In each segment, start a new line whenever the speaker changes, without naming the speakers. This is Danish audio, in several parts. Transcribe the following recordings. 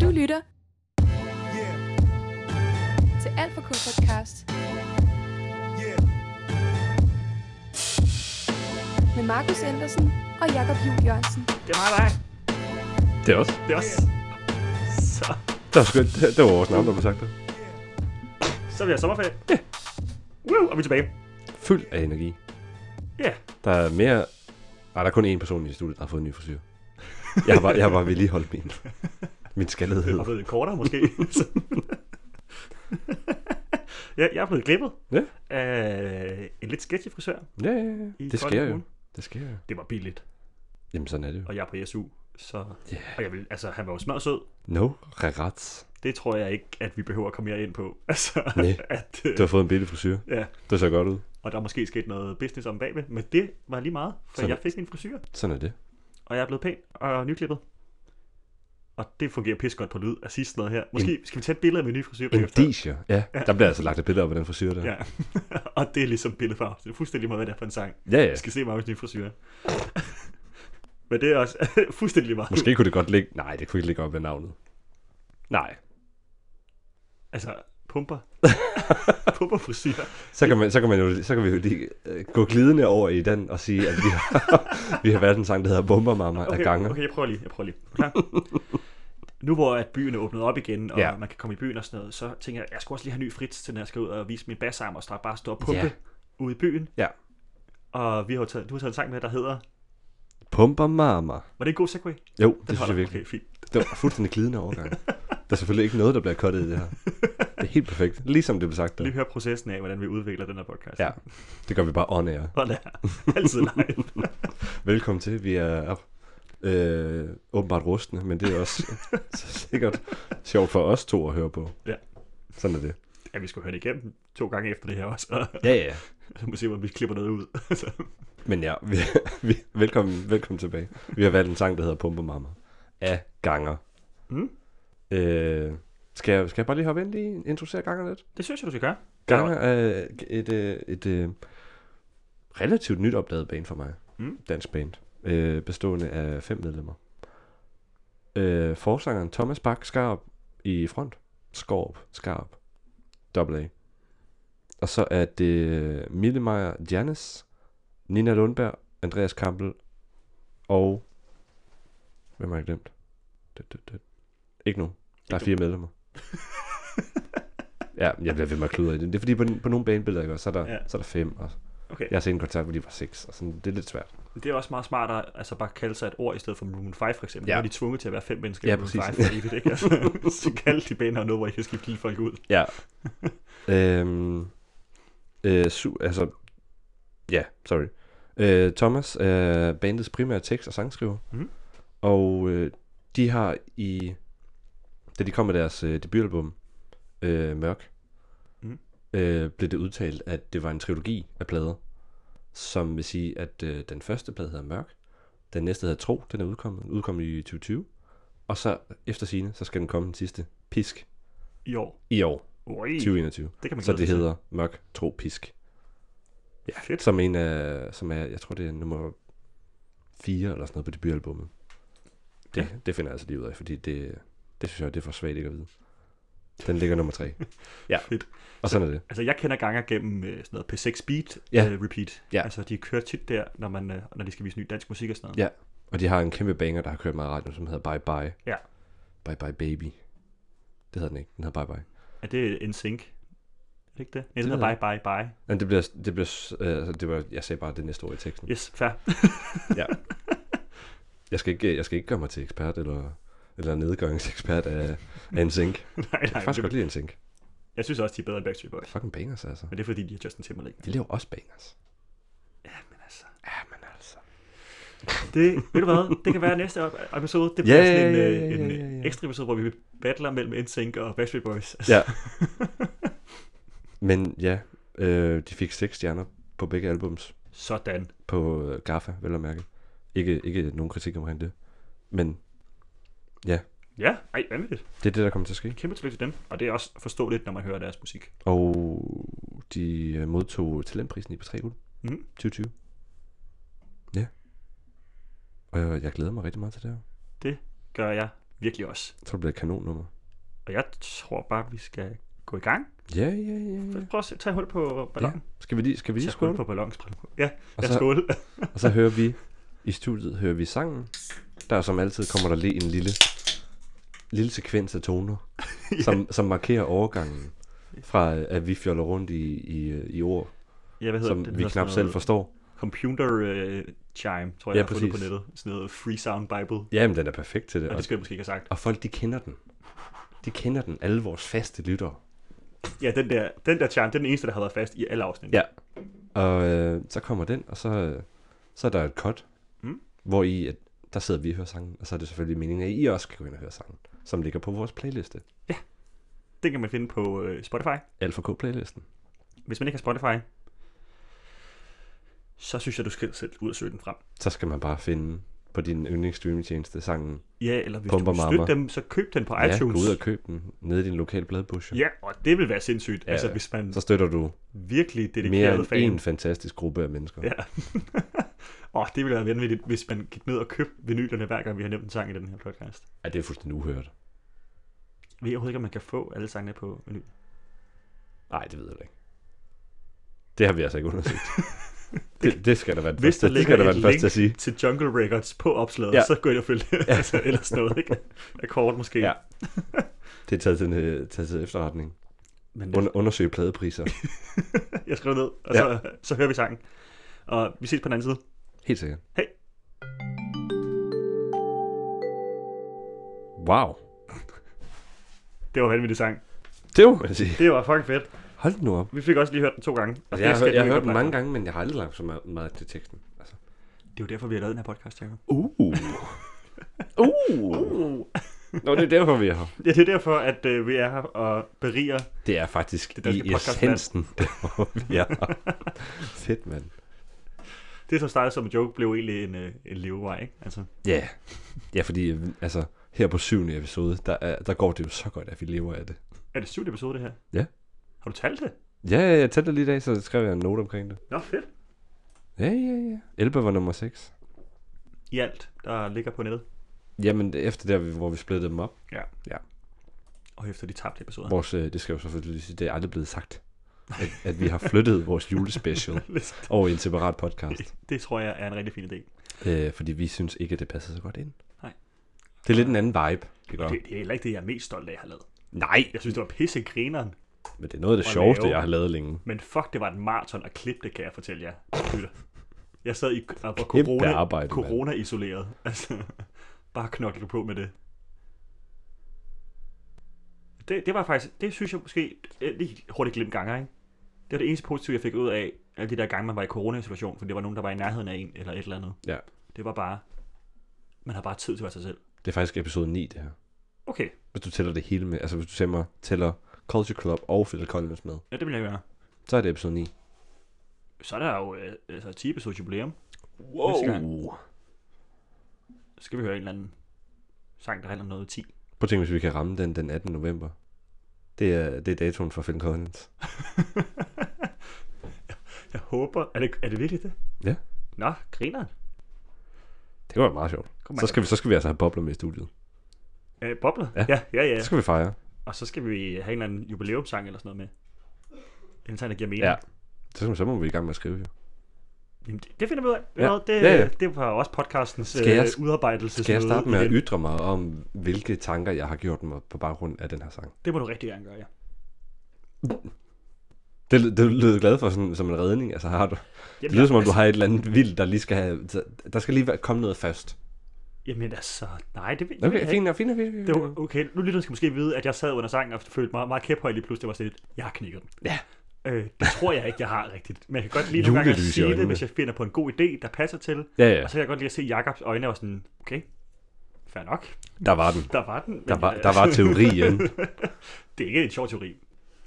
lytter
Yeah,
til Alt for K podcast
yeah.
med Markus Andersen og Jakob Juhl Jørgensen.
Det er mig og dig.
Det er også.
Det er os. Så,
Det var, sgu, det, det var vores navn, der blev sagt det.
så er vi her sommerferie. Ja. Woo, og vi er tilbage.
Fuld af energi.
Ja.
Der er mere... Nej, der er kun én person i studiet, der har fået en ny frisyr. Jeg har bare, jeg har bare vedligeholdt min, min skaldighed.
Jeg har fået lidt kortere måske. Så- ja, jeg er blevet glippet
Ja.
af en lidt sketchy frisør.
Ja, ja, ja.
I
Det sker
Kolding
jo.
Kommune.
Det sker jo.
Det var billigt,
Jamen, sådan er det jo.
og jeg er på SU. Så,
Ja.
og jeg vil, altså, han var jo smadret sød.
No regrets.
Det tror jeg ikke, at vi behøver at komme mere ind på. Altså,
Nej.
at, øh,
Du har fået en billig frisyr.
ja,
Det ser godt ud.
og der er måske sket noget business om bagved, men det var lige meget, for
Sådan.
jeg fik min frisyr,
Sådan er det.
og jeg er blevet pæn og nyklippet. Og det fungerer pis godt på lyd af sidst noget her. Måske skal vi tage et billede af min nye frisyr bagefter.
Indicier. Ja, der bliver altså lagt et billede op af den frisyr der.
Ja, og det er ligesom billedfarve. Det er fuldstændig meget, hvad det er for en sang.
ja. ja.
Jeg skal se Markus' nye frisyr. Men det er også fuldstændig lige meget.
Måske kunne det godt ligge... Nej, det kunne ikke ligge op af navnet. Nej.
Altså, pumper. pumper frisyr.
Så kan, man, så, kan man jo, så kan vi jo lige øh, gå glidende over i den og sige, at vi har, vi har valgt en sang, der hedder Bomber Mama okay, af gange.
okay, jeg prøver lige. Jeg prøver lige. Er du Klar? nu hvor at byen er åbnet op igen, og
Ja.
man kan komme i byen og sådan noget, så tænker jeg, jeg skal også lige have ny frits til, når jeg skal ud og vise min bassarm og starte bare stå og pumpe
Ja.
ude i byen.
Ja.
Og vi har jo taget, du har taget en sang med, der hedder...
Pumper Mama.
Var det en god segway? Den
Jo, det synes
holder.
jeg virkelig.
Okay, fint.
Det var fuldstændig glidende overgang. Der er selvfølgelig ikke noget, der bliver kottet i det her. Det er helt perfekt. Ligesom det blev sagt der.
Lige hør processen af, hvordan vi udvikler den her podcast.
Ja, det gør vi bare on air.
Sådan der. Altid live.
Velkommen til. Vi er øh, åbenbart rustne, men det er også så sikkert sjovt for os to at høre på.
Ja.
Sådan er det.
Ja, vi skal høre det igennem to gange efter det her også, og
Ja, ja.
så må vi se, om vi klipper noget ud. Så,
Men ja, vi, vi, velkommen, velkommen tilbage. Vi har valgt en sang, der hedder Pumpe Mama. Af Ganger.
Mm.
Øh, skal, jeg, skal jeg bare lige hoppe ind i introducere Ganger lidt?
det synes jeg, du skal gøre.
Ganger er et, øh, et, øh, relativt nyt opdaget band for mig.
Mm.
Dansk band. Øh, bestående af fem medlemmer. Øh, forsangeren Thomas Bak Skarp i front. Skorp Skarp. Double A. Og så er det Mille Meyer Janis, Nina Lundberg, Andreas Kampel og... Hvem har jeg glemt? Det, det, det. Ikke nogen. Der er fire medlemmer. ja, jeg bliver ved med at kludre i det. Det er fordi, på, på nogle banebilleder, ikke, også, så, er der,
Ja.
ja. så er der fem. Og
Okay.
jeg har set en koncert, hvor de var seks. Og sådan, det er lidt svært.
Det er også meget smart at altså, bare kalde sig et ord i stedet for Maroon 5 for eksempel.
Ja.
Ja. Nu er de tvunget til at være fem mennesker
Ja,
i Maroon
præcis.
5 for evigt, ikke? Altså, så kalde de baner noget, hvor I kan skifte lille folk ud.
Ja. øhm, øh, su- altså, ja, yeah, sorry. Øh, Thomas er bandets primære tekst- og sangskriver.
Mhm.
Og øh, de har i, da de kom med deres øh, debutalbum, øh, Mørk,
Mhm.
øh, blev det udtalt, at det var en trilogi af plader. Som vil sige, at øh, den første plade hedder Mørk, den næste hedder Tro, den er udkommet, udkommet i 2020. Og så efter sine, så skal den komme den sidste, Pisk,
I år.
i år,
Ui,
2021.
det kan man
Så
glæde
det
sig til.
hedder Mørk Tro Pisk. Ja,
Fedt.
Som en af, som er, jeg tror det er nummer 4 eller sådan noget på debutalbummet. Det, ja. det finder jeg altså lige ud af, fordi det, det synes jeg, det er for svagt ikke at vide. Den ligger nummer 3. ja,
Fedt.
og sådan er det.
Altså, jeg kender ganger gennem øh, sådan noget P6 Beat
Ja.
øh, Repeat.
Ja.
Altså, de kører tit der, når, man, øh, når de skal vise ny dansk musik og sådan noget.
Ja. Og de har en kæmpe banger, der har kørt meget radio, som hedder Bye Bye.
Ja.
Bye Bye Baby. Det hedder den ikke, den hedder Bye Bye.
Er det en sync? Er det ikke det?
Det
Næsten
ved
bye,
jeg
bye, bye.
Men det bliver, det bliver, øh, det var, jeg sagde bare det næste ord i teksten.
Yes, fair.
Jeg skal ikke, jeg skal ikke gøre mig til ekspert eller, eller nedgangsekspert af, af NSYNC.
nej,
Jeg kan
nej,
faktisk godt lide NSYNC.
jeg synes også, de er bedre end Backstreet Boys.
Fucking bangers, altså.
Men det er fordi, de er Justin Timberlake.
De laver også bangers.
Ja, men altså.
Ja, men altså.
Det, ved du hvad, det kan være næste op- episode. Det bliver
Ja,
sådan en,
ja,
øh,
ja, ja,
en
ja, ja.
øh, ekstra episode, hvor vi battler mellem NSYNC og Backstreet Boys.
Ja. Men ja, øh, de fik seks stjerner på begge albums.
Sådan.
På øh, GAFA, vel at mærke. Ikke, ikke nogen kritik omkring det. Men
Ja, ej, vanvittigt.
det er det, der kommer til at ske.
Kæmpe tillykke til dem. Og det er også forståeligt, når man hører deres musik.
Og de øh, modtog talentprisen i på 3 uger.
Mhm.
2020. Ja. Og jeg, jeg glæder mig rigtig meget til det her.
Gør jeg Virkelig også.
Jeg tror, det bliver et kanonnummer.
Og jeg tror bare, vi skal gå i gang.
Ja, ja, ja. Mm. ja.
Prøv at se- tage hul på ballonen.
Skal vi lige, skal vi
Ja,
lige
tage hul
skåle?
på ballonen. skål på- Ja,
Og
jeg
så-
skål.
Og så hører vi, i studiet hører vi sangen. Der som altid kommer der lige en lille, lille sekvens af toner, ja. som, som markerer overgangen fra, øh, at vi fjoller rundt i, i, øh, i ord,
Ja, hvad hedder
som
det? Det
vi
hedder
knap
sådan
selv
noget
forstår.
Computer øh, Chime, tror jeg,
Ja,
jeg har fundet på
præcis.
nettet. Sådan noget Free Sound Bible.
Jamen, den er perfekt til det.
Og
Og,
det skal jeg måske ikke have sagt.
og folk, de kender den. De kender den, alle vores faste lyttere.
Ja, den der, den der charm, det er den eneste, der har været fast i alle afsnit.
Ja. Og øh, så kommer den, og så, øh, så er der et cut,
Mm.
hvor I, at der sidder vi og hører sangen, og så er det selvfølgelig meningen, at I også kan gå ind og høre sangen, som ligger på vores playliste.
Den kan man finde på øh, Spotify.
Alfa K-playlisten.
Hvis man ikke har Spotify, så synes jeg, du skal selv ud og søge den frem.
Så skal man bare finde på din yndlingsstreamingtjeneste sangen.
Ja, eller hvis
Pumper
du vil
Mama.
støtte dem, så køb den på
Ja, gå
iTunes.
ud og køb den nede i din lokale bladbush.
Ja, og det vil være sindssygt,
Ja,
ja, altså
ja.
hvis man
Så støtter du
virkelig
mere
dedikeret
end
fan.
en fantastisk gruppe af mennesker.
Ja. Åh, oh, det ville være vanvittigt, hvis man gik ned og købte vinylerne, hver gang vi har nævnt en sang i den her podcast.
ja det er fuldstændig uhørt.
Jeg ved overhovedet ikke, om man kan få alle sangene på vinyl.
Nej, det ved jeg da ikke. Det har vi altså ikke undersøgt. det, det skal der være den
Hvis
første,
der
det skal
ligger
der være
et
den første
link
at sige.
til Jungle Records på opslaget,
Ja.
ja. så gå ind og følg det.
Ja.
altså, ellers noget, ikke? Akkord måske.
Ja. Det er taget til, øh, taget til efterretning.
Men
Under, undersøg pladepriser.
jeg skriver ned, og
Ja.
ja. så, så hører vi sangen. Og vi ses på den anden side.
Helt sikkert.
Hej.
Wow.
Det var vanvittig sang.
Det må man sige.
Det var fucking fedt.
Hold nu op.
Vi fik også lige hørt den to gange. Og
Altså, jeg, har,
skal
jeg har
lige
hørt den
gøre
mange
på.
gange, men jeg har aldrig lagt så meget, meget til teksten. Altså.
Det er jo derfor, vi har lavet den her podcast, Jacob.
Uh. uh.
Uh.
Nå, det er derfor, vi er her.
Ja, det er derfor, at øh, vi er her og beriger.
Det er
Det
faktisk det
danske
i
podcastland.
essensen, derfor vi er her. Fedt, mand.
Det, som startede som en joke, blev egentlig en, øh, en levevej, ikke? Altså,
Ja. Yeah. Ja, fordi øh, altså, her på syvende episode, der, er, der går det jo så godt, at vi lever af det.
er det syvende episode, det her?
Ja.
Har du talt det?
Ja, ja, jeg tændte lige i dag, så skrev jeg en note omkring det.
Nå, fedt.
Ja, ja, ja. Elbe var nummer 6.
I alt, der ligger på nettet.
Jamen, efter der, hvor vi splittede dem op,
Og efter de tabte episoder.
vores, øh, det skal jo selvfølgelig lige sige, det er aldrig blevet sagt, at, at vi har flyttet vores julespecial over i en separat podcast,
Det tror jeg er en rigtig fin idé.
øh, fordi vi synes ikke, at det passer så godt ind.
Nej.
Det er lidt en anden vibe, det gør.
Det, det er heller ikke det, jeg er mest stolt af, jeg har lavet.
Nej,
Jeg synes, det var pissegrineren.
men det er noget af det
Og
sjoveste,
lave.
jeg har lavet længe.
Men fuck, det var et maraton at klippe det, kan jeg fortælle jer. lytter. Jeg sad i og var
Kæmpe
corona,
arbejde, mand.
corona-isoleret. Altså, bare knoklet på med det. det. Det var faktisk, det synes jeg måske, øh, lige hurtigt glemt ganger, ikke? Det var det eneste positive, jeg fik ud af, alle de der gange, man var i corona-isolation, for det var nogen, der var i nærheden af en, eller et eller andet.
Ja.
Det var bare, man har bare tid til at være sig selv.
Det er faktisk episode 9, det her.
Okay,
Hvis du tæller det hele med, altså hvis du tæller, tæller Culture Club og Phil Collins med,
ja, det vil jeg gøre.
så er det episode 9.
Så er der jo øh, altså, 10 episodes jubilæum. Næste
Wow.
Så skal vi høre en eller anden sang, der handler om noget 10.
Prøv at tænke, hvis vi kan ramme den den 18. november. Det er, det er datoen for Phil Collins.
Jeg håber... Er det, er det virkelig det?
Ja.
Nå, griner
Det var meget sjovt.
Kom
Så skal, vi, så skal vi altså have bobler med i studiet.
vi... Øh, bobler?
Ja.
ja, ja. ja.
Så skal vi fejre.
Og så skal vi have en eller anden jubilæumssang eller sådan noget med. En sang, der giver mening.
Ja. Så, skal vi- så må vi i gang med at skrive. Jo.
Jamen, det, det finder vi ud af.
Ja.
Ja. Det,
Ja, ja.
det var også podcastens
Skal jeg-
øh, udarbejdelse.
Skal jeg starte med at ytre mig om, hvilke tanker jeg har gjort mig på baggrund af den her sang?
Det må du rigtig gerne gøre, ja.
Det, lød- det lød glad for sådan, som en redning. Altså, har du,
Jamen,
det lyder som om, du
altså,
har et eller andet vildt, der lige skal have... Der skal lige være- komme noget fast.
Jamen altså, nej, det ved det ved
Okay,
jeg
fint, nok, fint, nok, fint, nok,
Det
fint.
var,
nok.
okay, nu lytter skal måske vide, at jeg sad under sangen og følte mig meget kæphøj lige pludselig. Det var sådan lidt, jeg har knækket den.
Ja.
Øh, det tror jeg ikke, jeg har rigtigt. Men jeg kan godt lide nogle gange at
Julelys i
sige det,
øjnene.
hvis jeg finder på en god idé, der passer til. Ja.
Ja, ja,
Og så kan jeg godt lide at se Jakobs øjne og sådan, okay, fair nok,
der var den.
der var den. Men,
Der var,
øh,
der var teorien.
det er ikke en sjov teori.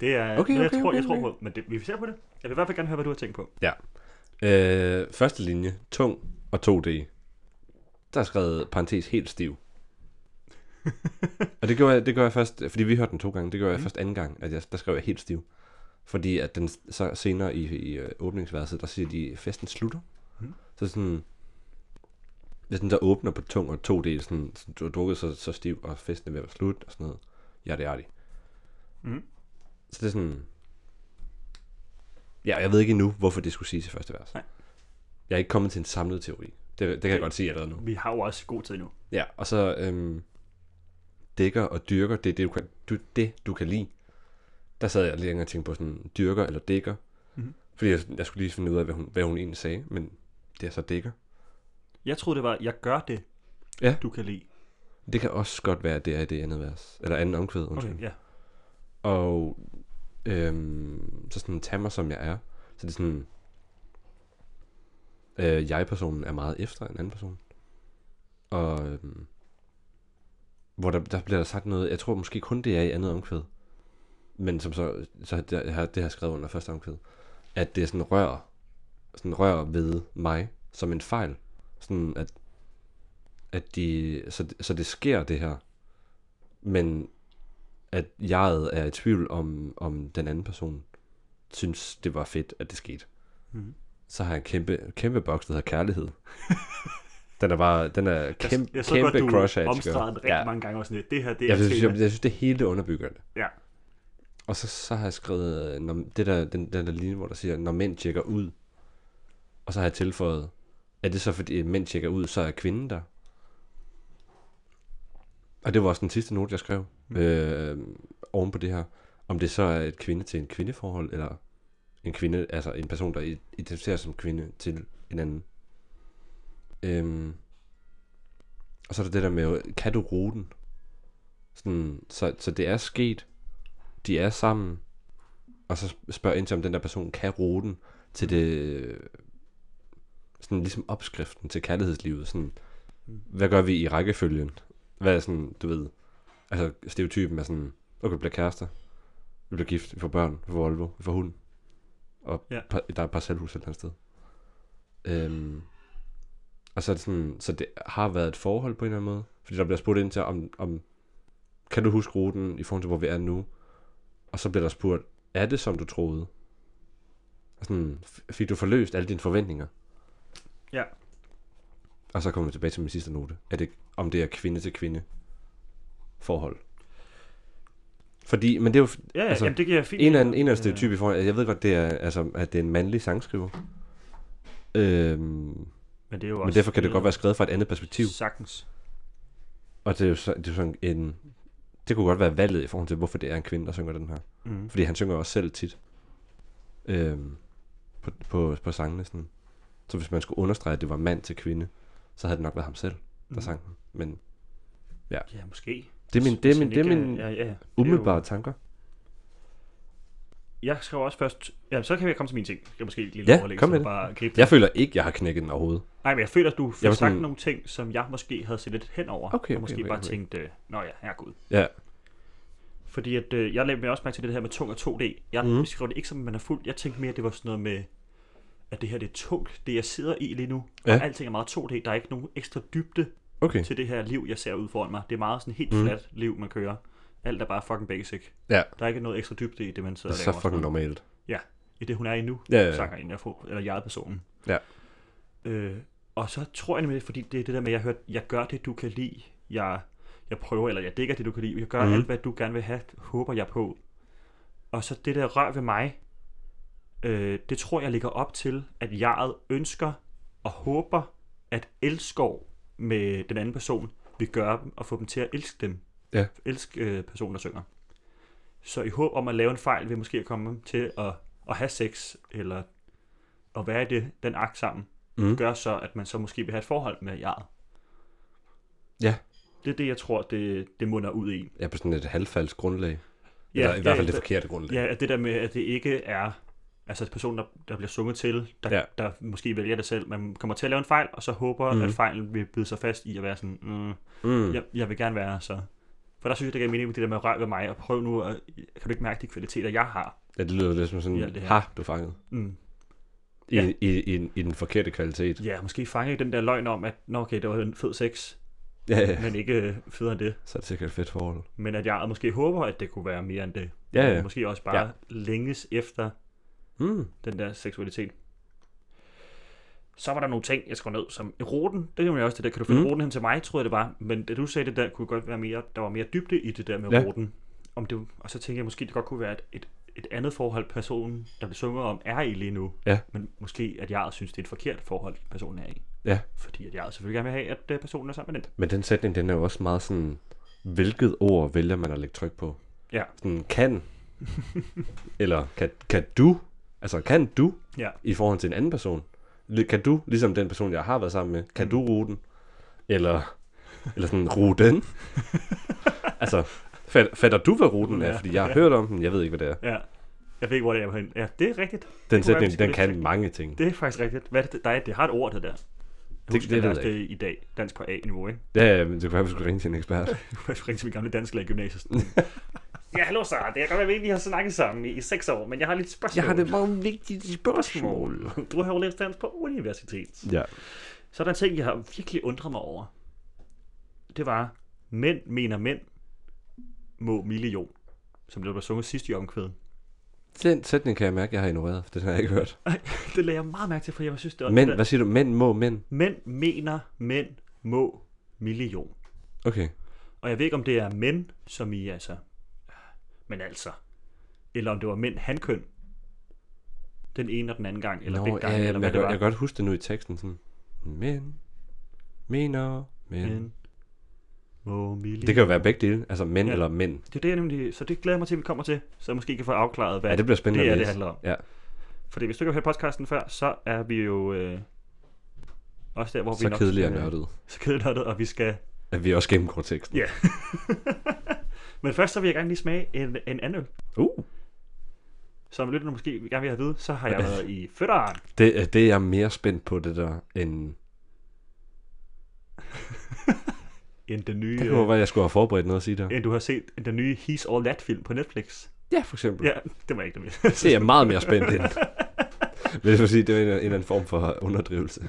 Det er
Okay,
okay, noget, jeg,
okay,
tror, jeg
okay,
tror på, men det, vi ser på det. Jeg vil i hvert fald gerne høre, hvad du har tænkt på.
Øh, første linje, tung og 2D. Der er skrevet parentes helt stiv. og det gjorde, jeg, det gjorde jeg først, fordi vi hørte den to gange, det gjorde jeg først anden gang, at jeg, der skrev jeg helt stiv. Fordi at den så senere i, i øh, åbningsverset, der siger de, festen slutter.
Mm.
Så sådan, Det er sådan, der åbner på tung og to del, sådan, sådan, du har drukket så, så stiv, og festen er ved at være slut, og sådan noget. Ja, det er det.
Mhm.
Så det er sådan... Ja, og jeg ved ikke endnu, hvorfor det skulle siges i første vers.
Nej.
Jeg er ikke kommet til en samlet teori. Det, det kan jeg godt sige allerede nu.
Vi har jo også god tid nu.
Ja, og så øhm, dækker og dyrker, det er det, du kan, du, det, du kan lide. Der sad jeg længere og tænkte på sådan, dyrker eller dækker.
Mhm.
Mm-hmm. Fordi jeg, jeg skulle lige finde ud af, hvad hun, hvad hun egentlig sagde, men det er så dækker.
Jeg troede, det var, jeg gør det,
Ja.
du kan lide.
Det kan også godt være, at det er i det andet vers. Eller anden omkvæd, undskyld.
Okay,
Okay.
ja.
Og øhm, så sådan, tag mig som jeg er. Så det er sådan, øh, jeg-personen er meget efter en anden person. Og øhm, hvor der, der bliver der sagt noget, jeg tror måske kun det er i andet omkvæd. Men som så, så det, jeg har, det har jeg skrevet under første omkvæd. At det er sådan rør, sådan rør ved mig som en fejl. Sådan at, at de, så, så det sker det her. Men at jeget er i tvivl om, om den anden person synes, det var fedt, at det skete.
Mhm.
Så har jeg en kæmpe, kæmpe boks, der hedder kærlighed. den er bare, den er kæmpe,
jeg, jeg så
kæmpe
godt, du
crush at
omstræder den rigtig ja. mange gange også lidt. Det her, det er
Jeg synes,
tema.
jeg, jeg synes, det hele underbygger det.
Ja.
Og så, så har jeg skrevet øh, når, det der, den, den der linje, hvor der siger, når mænd tjekker ud. Og så har jeg tilføjet, er det så fordi mænd tjekker ud, så er kvinden der? Og det var også den sidste note, jeg skrev mm. øh, oven på det her. Om det så er et kvinde til en kvindeforhold, eller en kvinde, altså en person, der i- identificerer sig som kvinde til en anden. Øhm, og så er der det der med, kan du rute den? Sådan, så, så det er sket, de er sammen, og så spørger ind til, om den der person kan ruten til det, øh, sådan ligesom opskriften til kærlighedslivet. Sådan, hvad gør vi i rækkefølgen? Hvad er sådan, du ved, altså stereotypen er sådan, okay, vi bliver kærester, vi bliver gift, vi får børn, vi får Volvo, vi får hund, og
Ja.
ja. der er et parcelhus et eller andet sted. Øhm, og så er det sådan, så det har været et forhold på en eller anden måde, fordi der bliver spurgt ind til, om, om kan du huske ruten i forhold til, hvor vi er nu? Og så bliver der spurgt, er det som du troede? Og sådan, f- fik du forløst alle dine forventninger?
Ja.
Og så kommer vi tilbage til min sidste note. Er det, om det er kvinde til kvinde forhold. Fordi, men det er jo f-
Ja, ja altså,
Altså,
jamen, det giver fint.
en eller anden, en eller anden
Øh,
stereotyp i forhold. Jeg ved godt, det er, altså, at det er en mandlig sangskriver. Øhm,
Men, det er jo
men
også
derfor kan det godt være skrevet fra et andet perspektiv.
Sagtens.
Og det er jo så, det er jo sådan en... Det kunne godt være valget i forhold til, hvorfor det er en kvinde, der synger den her.
Mm.
Fordi han synger også selv tit øhm, på, på, på sangene. Sådan. Så hvis man skulle understrege, at det var mand til kvinde, så havde det nok været ham selv, der
Mhm.
mm. sang den. Men
Ja, måske.
det er min, det er min, det er
Sådan ikke, øh,
min
ja, ja, det er jo-
umiddelbare tanker.
Jeg skrev også først... Ja, så kan vi komme til mine ting. Jeg kan måske lige
Ja,
overlægge,
kom
så
med
du
det.
Bare gribe det.
Jeg føler ikke, jeg har knækket den overhovedet.
Nej, men jeg føler, at du fik
Jeg var
sagt
sådan-
nogle ting, som jeg måske havde set lidt hen over.
Okay, okay,
og måske
okay,
bare
okay.
tænkte, øh, nå ja, her gud.
Ja,
Fordi at, øh, jeg lagde mig også mærke til det her med tung og 2D. Jeg mm.
Mhm.
beskrev det ikke som, at man er fuld. Jeg tænkte mere, at det var sådan noget med, at det her det er tungt, det jeg sidder i lige nu. Ja.
Ja.
Og alting er meget 2D. Der er ikke nogen ekstra dybde
okay.
til det her liv, jeg ser ud foran mig. Det er meget sådan helt
Mhm.
flat liv, man kører. Alt er bare fucking basic.
Ja.
Der er ikke noget ekstra dybde i det, man
Det
sidder
er
og
så
laver.
fucking normalt.
I det, hun er i nu,
Ja, ja,
ja.
ja.
sanger jeg får, eller jeg er personen.
Ja.
Øh, og så tror jeg nemlig, fordi det er det der med, at jeg hørte, jeg gør det, du kan lide. Jeg, jeg prøver, eller jeg dækker det, du kan lide. Jeg gør mm.
Mhm.
alt, hvad du gerne vil have, håber jeg på. Og så det der rør ved mig, øh, det tror jeg ligger op til, at jeg ønsker og håber, at elskov med den anden person vil gøre dem og få dem til at elske dem.
Ja.
Elske øh, personen, der synger. Så i håb om at lave en fejl, vil måske at komme til at, at have sex, eller at være i det, den akt sammen,
Mm.
Mm-hmm. gør så, at man så måske vil have et forhold med jeget.
Ja.
Det er det, jeg tror, det, det munder ud i.
Jeg er på sådan et halvfalsk grundlag. Ja, Eller i hvert fald det forkerte grundlag.
Ja, at det der med, at det ikke er altså at personen, der, der bliver sunget til, der, ja.
Ja.
der måske vælger det selv. Man kommer til at lave en fejl, og så håber, mm.
Mhm.
at fejlen vil bide sig fast i at være sådan, mm,
Mm.
jeg, jeg vil gerne være så. For der synes jeg, det giver mening med det der med at røre ved mig, og prøv nu, at, kan du ikke mærke de kvaliteter, jeg har?
Ja, det lyder lidt som sådan,
Ja,
ja,
det her.
ha, du er fanget.
Mm.
I,
Ja.
ja. i, i, i, i den forkerte kvalitet.
Ja, måske fange den der løgn om, at nå okay, det var en fed sex,
Ja, ja.
men ikke øh, federe end det.
Så er det sikkert et fedt forhold.
Men at jeg måske håber, at det kunne være mere end det.
Ja,
Og
ja.
Måske også bare ja. længes efter
Mm.
den der seksualitet. Så var der nogle ting, jeg skrev ned, som roten, det gjorde jeg også det der, kan du finde
Mm.
mm. roten hen til mig, troede jeg det var, men da du sagde det der, kunne godt være mere, der var mere dybde i det der med
Ja.
ja. roten. Om det, og så tænker jeg måske, det godt kunne være et, et, et andet forhold, personen, der bliver sunget om, er i lige nu.
Ja.
Men måske, at jeg synes, det er et forkert forhold, personen er i.
Ja.
Fordi at jeg selvfølgelig gerne vil have, at øh, personen er sammen med den.
Men den sætning, den er jo også meget sådan, hvilket ord vælger man at lægge tryk på?
Ja.
Sådan, kan, eller kan, kan du, altså kan du,
Ja.
i forhold til en anden person? Li- Kan du, ligesom den person, jeg har været sammen med, kan mm. du ruten? Eller, eller sådan, ruten? altså, fat- fatter du, hvad ruten er?
Ja,
Fordi jeg har hørt om den, jeg ved ikke, hvad det er.
Ja. Jeg ved ikke, hvor det er hen. Ja, det er rigtigt.
Den
kunne være, vi skulle
sætning, den
lægge
kan
tryk.
mange ting.
Det er faktisk rigtigt. Hvad er det, der er, det har et ord, det der. Jeg
Det-
husker,
det
det,
ved
det, det,
jeg
det i dag. Dansk på A-niveau, ikke?
Ja, ja, men det kunne være, vi skulle ringe til en ekspert.
Jeg ringte til min gamle dansklærer i gymnasiet. sådan. ja, hallo så. Det kan godt være, at vi egentlig har snakket sammen i, i seks år, men jeg har lidt spørgsmål.
meget vigtige spørgsmål.
Du har jo læst dansk på universitet.
Ja.
Så er der en ting, jeg har virkelig undret mig over. Det var, mænd mener mænd må million, som blev der sunget sidst i omkvædet.
Den sætning kan jeg mærke, jeg har ignoreret, for den har jeg ikke hørt.
Det lagde jeg meget mærke til, for jeg synes, det var
Mænd,
det
hvad
der.
siger du? Mænd må mænd?
Mænd mener mænd må million.
Okay.
Og jeg ved ikke, om det er mænd, som i altså... Men altså... Eller om det var mænd handkøn. Den ene og den anden gang, eller
Nå,
begge
ja,
gange,
ja,
eller
men
hvad
jeg,
det
kan,
var.
jeg kan godt huske det nu i teksten. Sådan, mænd, mener, mænd.
Men... Må Mille.
Det kan jo være begge dele, altså mænd ja.
Ja.
eller mænd.
Det er det, jeg nemlig... Så det glæder jeg mig til, at vi kommer til, så jeg måske kan få afklaret, hvad
Ja, det bliver spændende
det, er,
at
det
læse.
handler om.
Ja,
Fordi hvis du ikke har hørt podcasten før, så er vi jo... Øh, også der, hvor vi
så
nok...
kedeligt og
skal-
nørdet.
Så kedeligt nørdet, og vi skal...
At vi også gennemgår teksten.
Ja. Men først så vil jeg gerne lige smage en, en anden øl.
Uh,
Som lytterne måske gerne vil have at vide, så har jeg været i fødderen.
det, er- det er jeg mere spændt på, det der, end...
end den nye,
Det kunne godt være, jeg skulle have forberedt noget at sige der.
øh, end du har set end den nye He's All That film på Netflix.
Ja, for eksempel.
Ja, det var ikke det.
Det er jeg meget mere spændt end. Vil jeg så sige, det er en, en eller anden form for underdrivelse.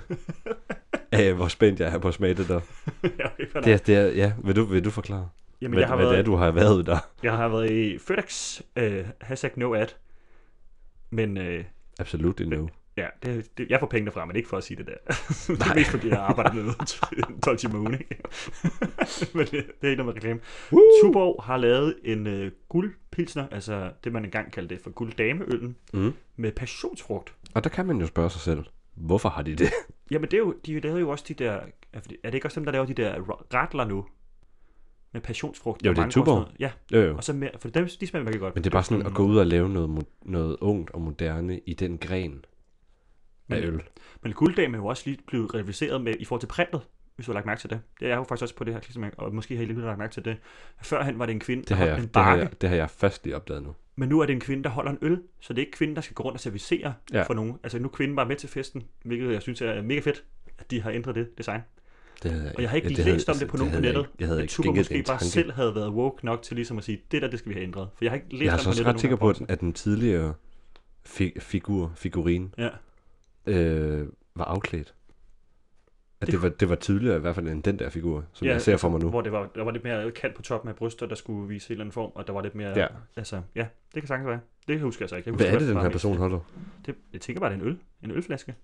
Af, hvor spændt jeg er på at smage det der.
jeg, ved ikke, hvad der
Det
er.
er, det er, ja, vil du, vil du forklare,
Jamen,
hvad,
jeg, har
hvad
været,
det er, du har været der?
jeg har været i FedEx, øh, hashtag no ad. Men øh,
Absolut no.
ja, det, det, jeg får pengene fra, men ikke for at sige det der. det er mest fordi, jeg arbejder med 12 timer om ugen, ikke? men det, det, er ikke noget med reklame.
Woo!
Tuborg har lavet en øh, guldpilsner, altså det, man engang kaldte det for gulddameøllen,
Mm.
med passionsfrugt.
Og der kan man jo spørge sig selv, hvorfor har de det?
Jamen det er jo, de lavede jo også de der, er det- er det ikke også dem, der laver de der ratler nu? Med passionsfrugt.
Jo,
og
det er
mango og sådan
Tuborg.
noget. Ja,
Jo, jo.
og så mere, for dem, de smager virkelig godt.
Øh, Men det er bare sådan at gå ud og lave noget, mo- noget ungt og moderne i den gren af
Men-
øl.
Men gulddame er jo også lige blevet reviseret med, i forhold til printet, hvis du har lagt mærke til det. Det er jo faktisk også på det her, ligesom, og måske har I lige lagt mærke til det. Førhen var det en kvinde,
Det
der
har,
holdt
jeg,
en
det, har
bakke,
jeg, det har jeg først lige opdaget nu.
men nu er det en kvinde, der holder en øl, så det er ikke kvinden, der skal gå rundt og servicere
Ja.
ja. for nogen. Altså nu er kvinden bare med til festen, hvilket jeg synes er mega fedt, at de har ændret det design.
Det havde jeg,
Og jeg har ikke
ja,
læst
havde- altså,
om det på nogen på
havde jeg
nettet,
ikke- Jeg havde
at
ikke
Tuber
skænket
måske
det en
bare
tanke.
selv havde været woke nok til ligesom at sige, det der, det skal vi have ændret. For jeg har ikke læst
jeg er
om
så
på
også
nettet
ret sikker på,
nogen,
at at den tidligere fi- figur, figurin
der har
øh, var afklædt. At
Det-
det, var, det var tydeligere i hvert fald end den der figur, som
Ja,
jeg ser for mig
Ja,
nu.
hvor det var, der var lidt mere kant på toppen af bryster, der skulle vise en eller anden form, og der var lidt mere...
Ja.
Altså, ja, det kan sagtens være. Det husker jeg så ikke. Jeg
Hvad
husker
er det, den
bare
her
mest-
person holder?
Det, jeg tænker bare, det er en øl. En ølflaske.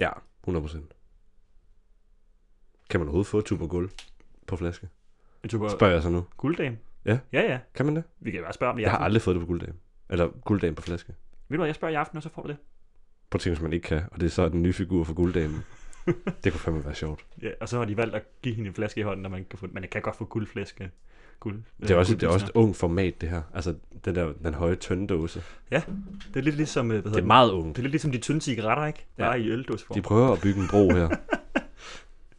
Ja, 100%. Kan man overhovedet få Tuber guld på flaske?
En type
Spørger jeg så nu.
gulddame.
Ja.
Ja, ja.
Kan man det?
Vi kan bare spørge om det i
Jeg har
aften.
aldrig fået det på gulddagen. Eller gulddagen på flaske.
Ved du hvad, jeg spørger i aften, og så får du det.
På ting, som man ikke kan. Og det er så den nye figur for gulddagen. det kunne fandme være sjovt.
Ja, og så har de valgt at give hende en flaske i hånden, og man kan, få, man kan godt få guldflaske. Guld, øh,
Det er, også, det er også et ung format, det her. Altså, den der den høje tynde dåse.
det er lidt ligesom, øh, hvad
Det
hedder
er
det,
meget ungt.
det er lidt ligesom de tynde cigaretter, ikke?
Ja.
Bare i øldåseform.
De prøver at bygge en bro her.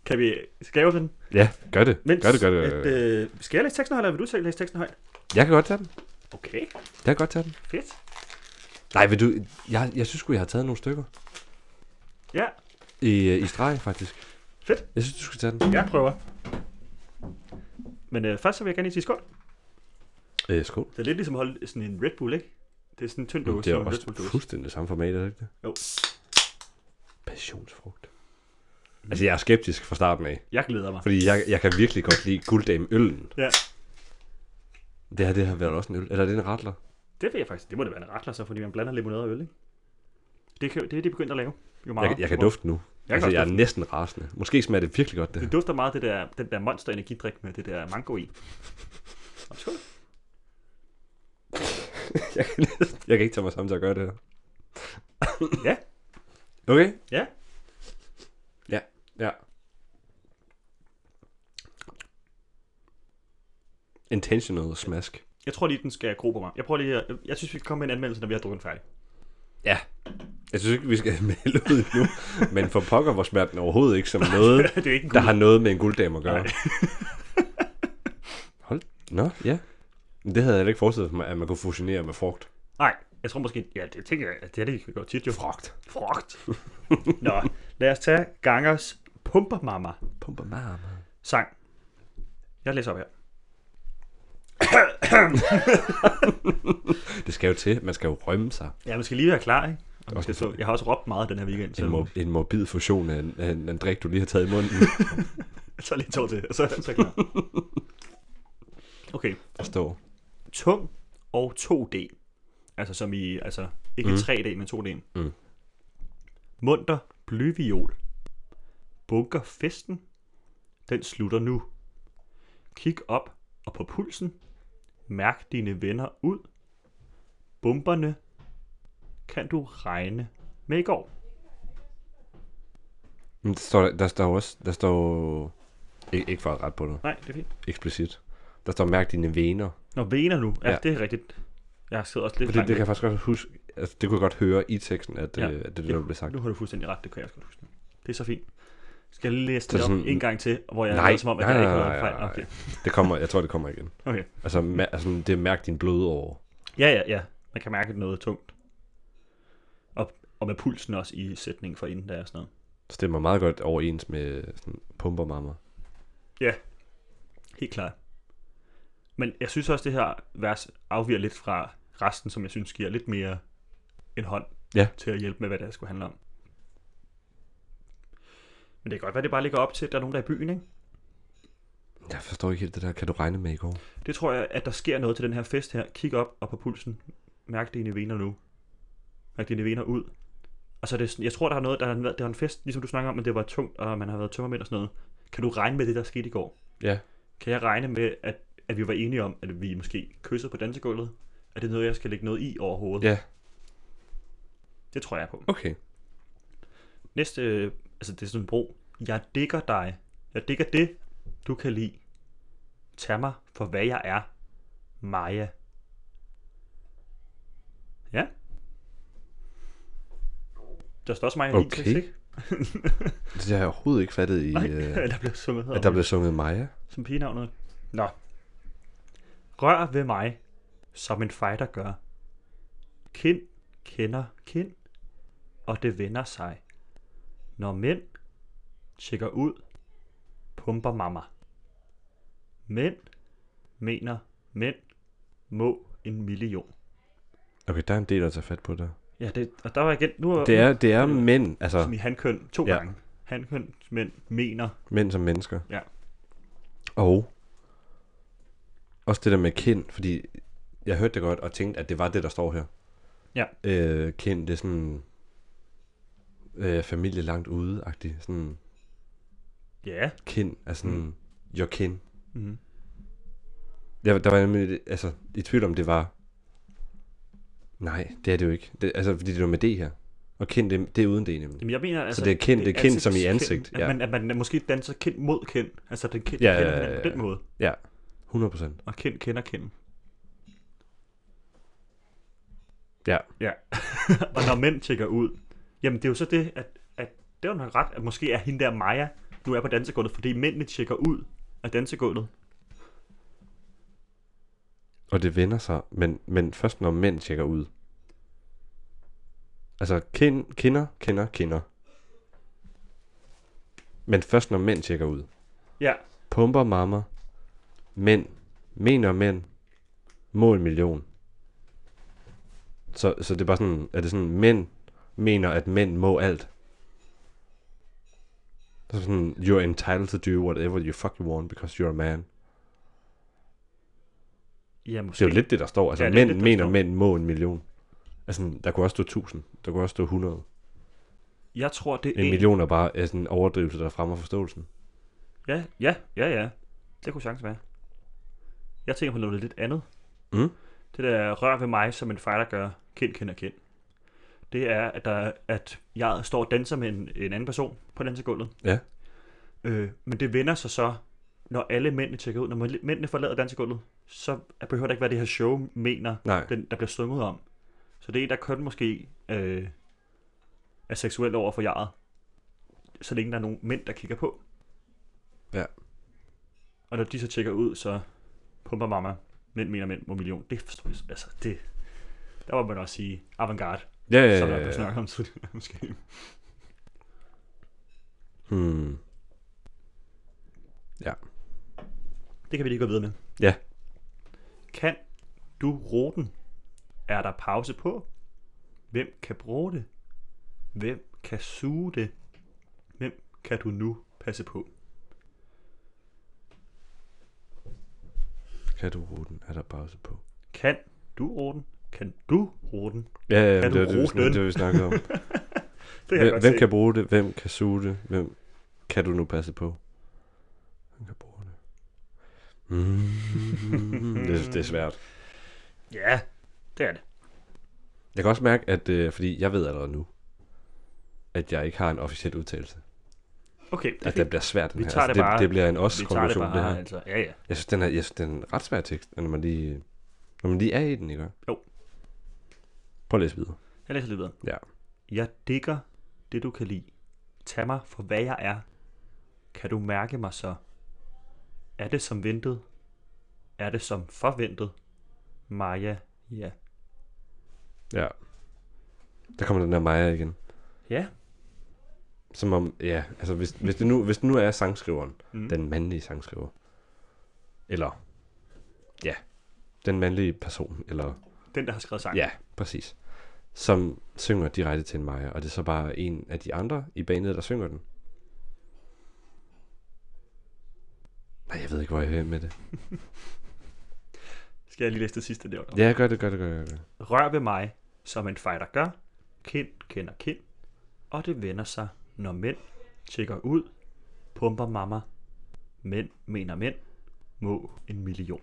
Kan vi skave den?
Ja, gør det. Gør det, gør det. Gør det.
At, øh, skal jeg læse teksten højt, eller vil du selv læse teksten højt?
Jeg kan godt tage den.
Okay,
Jeg kan godt tage den.
fedt.
Nej, vil du... Jeg, jeg synes sgu, jeg har taget nogle stykker.
Ja,
I, øh, I streg, faktisk.
Fedt.
Jeg synes, du skal tage den.
jeg prøver. Men øh, først så vil jeg gerne lige sige skål.
Øh, skål.
Det er lidt ligesom at holde sådan en Red Bull, ikke? Det er sådan en tynd dåse.
Det er
som
jo
en
også
Red Bull-dåse.
fuldstændig samme format, er det ikke det?
Jo.
Passionsfrugt. Altså, jeg er skeptisk fra starten af.
Jeg glæder mig.
Fordi jeg, jeg kan virkelig godt lide gulddame-øllen.
Ja,
Det her, det har været også en øl. Eller er det en ratler?
det ved jeg faktisk. Det må det være en ratler, så, fordi man blander limonade og øl, ikke? det, kan, det er de begyndt at lave. Jo meget.
Jeg, jeg kan dufte nu. Jeg,
kan
altså,
også
jeg er
dufte.
næsten rasende. Måske smager det virkelig godt, det her.
Det dufter meget det der, den der monster energidrik med det der mango i. Og skål.
Jeg kan, næsten, jeg kan ikke tage mig sammen til at gøre det her.
Ja,
Okay?
ja.
Ja. Ja. Intentional smask.
Jeg tror lige, den skal gro på mig. Jeg prøver lige at, Jeg synes, vi kan komme med en anmeldelse, når vi har drukket den færdig.
Ja. Jeg synes ikke, vi skal melde ud nu, men for pokker, hvor smager den overhovedet ikke som noget,
Det er ikke en
der
guld.
har noget med en gulddame at gøre. Hold. Nå, ja. Men det havde jeg da ikke forestillet mig, at man kunne fusionere med frugt.
Nej, jeg tror måske... Ja, det tænker jeg, at det er det, vi kan gøre tit jo.
Frugt.
Frugt. Nå, lad os tage Gangers Pumpermama
Pumper meget.
sang. Jeg læser op her.
Det skal jo til. Man skal jo rømme sig.
Ja, man skal lige være klar, ikke? Og man
Også
skal stå, jeg har også råbt meget den her weekend, så
En, mor- en morbid fusion af en, af en, af en drik, du lige har taget i munden.
jeg tager lige to til, og så, så er jeg klar. Okay,
Der står.
tung og 2D. Altså som i, altså ikke mm. 3D, men 2D.
Mm.
Munter blyviol. Bunker festen. Den slutter nu. Kig op og på pulsen. Mærk dine venner ud. Bomberne kan du regne med i går.
Men der står, der står også, der står, ikke, ikke for at rette på det,
Nej, det er fint.
eksplicit. Der står, mærk dine vener.
Nå, vener nu. Ja,
Ja.
ja. det er rigtigt. Jeg sidder også lidt
Det, det
langt
kan
væk.
jeg faktisk godt huske, altså, det kunne jeg godt høre i teksten, at, ja.
Ja.
øh, at det er det, der blev sagt.
Nu har du fuldstændig ret, det kan jeg også godt huske. nu. Det er så fint. Skal jeg lige læse
Så
det op
sådan-
en gang til, hvor jeg
Nej,
er som om, at
nej,
jeg ikke
nej,
har lavet en
nej,
fejl?
nej.
Okay.
Det kommer, jeg tror, det kommer igen.
okay.
Altså, ma- altså det er mærk din bløde over.
Ja, ja, ja. Man kan mærke, at noget er tungt. Og, og med pulsen også i sætningen for inden, der er sådan noget.
Stemmer meget godt overens med sådan, pumpermammer.
Ja, helt klart. Men jeg synes også, det her vers afviger lidt fra resten, som jeg synes giver lidt mere en hånd
Ja.
til at hjælpe med, hvad det skulle handle om. Men det kan godt være, det bare ligger op til, at der er nogen, der er i byen, ikke?
Jeg forstår ikke helt det der, kan du regne med i går?
Det tror jeg, at der sker noget til den her fest her. Kig op og på pulsen. Mærk dine vener nu. Mærk dine vener ud. Og så er det sådan, jeg tror, der er noget, der har været, det var en fest, ligesom du snakker om, men det var tungt, og man har været tømmermænd og sådan noget. Kan du regne med det, der skete i går?
Ja.
Kan jeg regne med, at, at vi var enige om, at vi måske kyssede på dansegulvet? Er det noget, jeg skal lægge noget i overhovedet?
Ja,
Det tror jeg på.
okay.
Næste, øh, altså det er sådan en bro. Jeg digger dig. Jeg digger det, du kan lide. Tag mig for, hvad jeg er. Maja. Ja. Der står også Maja i din
Okay.
tekst, ikke?
Det har jeg overhovedet ikke fattet i,
Nej,
øh,
der bliver sunget
at
herovre
der blev sunget Maja.
som pigenavnet. Nå. Rør ved mig, som en fighter gør. Kind kender kind, og det vender sig. Når mænd tjekker ud, pumper mamma. Mænd mener mænd må en million.
Okay, der er en del at tage fat på der.
Ja, det, og der var igen, nu er
Det er, det er mænd, altså
som i handkøn to
Ja.
ja. gange. Handkøn mænd mener,
mænd som mennesker.
ja.
Og også det der med kind, fordi jeg hørte det godt og tænkte, at det var det, der står her.
Ja.
Øh, kind, det er sådan øh, familie langt ude-agtigt. Sådan
Ja,
kind er sådan, mm. your kin.
Mhm.
Jeg, der var jeg nemlig, altså, i tvivl om det var, nej, det er det jo ikke. Det, altså, fordi det var med det her. Og kind, det, det er uden det nemlig.
Jamen, jeg mener, altså,
det er kendt- det er kendt som i
ansigtskendt,
ansigt, ja.
At, man, at man måske danser kendt mod kendt. Altså, det kendt
Ja,
ja,
ja,
kender
ja,
hinanden på den
ja.
måde.
Ja, 100 procent.
Og kendt kender kendt.
Ja.
Ja. og når mænd tjekker ud, jamen det er jo så det, at, at det er jo nok ret, at måske er hende der Maja nu er på dansegulvet, fordi mændene tjekker ud af dansegulvet.
Og det vender sig, men, men først når mænd tjekker ud. Altså, kin, kinder, kender, kender. Men først når mænd tjekker ud.
Ja,
Pumper mamma. Mænd. Mener mænd. Mål million. Så, så det er bare sådan, er det sådan, mænd mener, at mænd må alt. Så sådan, you're entitled to do whatever you fuck you want, because you're a man.
ja
Det er
måske.
jo lidt det, der står. Altså,
Ja,
ja,
det er
mænd
lidt det, der
mener,
står.
mænd må en million. Altså, der kunne også stå 1000. Der kunne også stå 100.
Jeg tror, det er
En million er bare er sådan en overdrivelse, der fremmer forståelsen.
Ja, ja, ja, ja. Det kunne sagtens være. Jeg tænker på noget lidt andet.
Mm.
Det der rør ved mig, som en fighter gør, kind, kender kind. Det er, at, der, at jeg står og danser med en, en anden person på dansegulvet.
Ja.
Øh, men det vender sig så, når alle mændene tjekker ud. Når mændene forlader dansegulvet, så behøver der ikke være det her show, mener,
Nej.
den, der bliver sunget om. Så det er en, der kun måske øh, er seksuelt over for jaret. Så længe der er nogen mænd, der kigger på.
Ja.
Og når de så tjekker ud, så pumper mamma. Mænd mener mænd må million. Det forstår jeg. Altså, det... Der må man også sige avantgarde,
Ja, ja,
øh, som
ja,
der blev
ja, ja.
snakket om tidligere, måske.
Hmm.
Det kan vi lige gå videre med.
Ja.
Kan du ruten? Er der pause på? Hvem kan bruge det? Hvem kan suge det? Hvem kan du nu passe på?
Kan du ruten? Er der pause på?
Kan du ruten? Kan du ruten?
Ja, ja, men
du
det var det, vi,
rute
snakkede-
den?
det, var, vi snakkede om.
Det kan jeg
hvem,
godt
hvem
se.
kan bruge det? Hvem kan suge det? Hvem kan du nu passe på? Hvem kan bruge det? Mm. det, det er svært.
Ja, det er det.
Jeg kan også mærke, at øh, fordi jeg ved allerede nu, at jeg ikke har en officiel udtalelse.
Okay, det er
At det
fint.
bliver svært, den
Vi
her. Altså,
tager det
det,
bare-
det bliver en
Vi tager det
os-konklusion, det, det
bare,
her.
altså. Ja, ja.
Jeg synes, den er, jeg synes, den er en ret svær tekst, når man lige, når man lige er i den, ikke?
Jo.
Prøv at læse videre.
Jeg læser lidt videre.
Ja.
Jeg digger det, du kan lide. Tag mig for, hvad jeg er. Kan du mærke mig så? Er det som ventet? Er det som forventet? Maja, ja.
Ja. Der kommer den der Maja igen.
Ja,
Som om, ja, altså hvis, hvis, det, nu, hvis det nu er sangskriveren, mm. den mandlige sangskriver, eller, ja, den mandlige person, eller,
den der har skrevet sang.
ja, præcis, som synger direkte til en Maja, og det er så bare en af de andre i bandet, der synger den. Nej, jeg ved ikke, hvor jeg hører med det.
Skal jeg lige læse det sidste der?
Ja, gør det, gør det, gør det. Gør det.
Rør ved mig, som en fighter gør. Kind kender kind. Og det vender sig, når mænd tjekker ud, pumper mamma. Mænd mener mænd, må en million.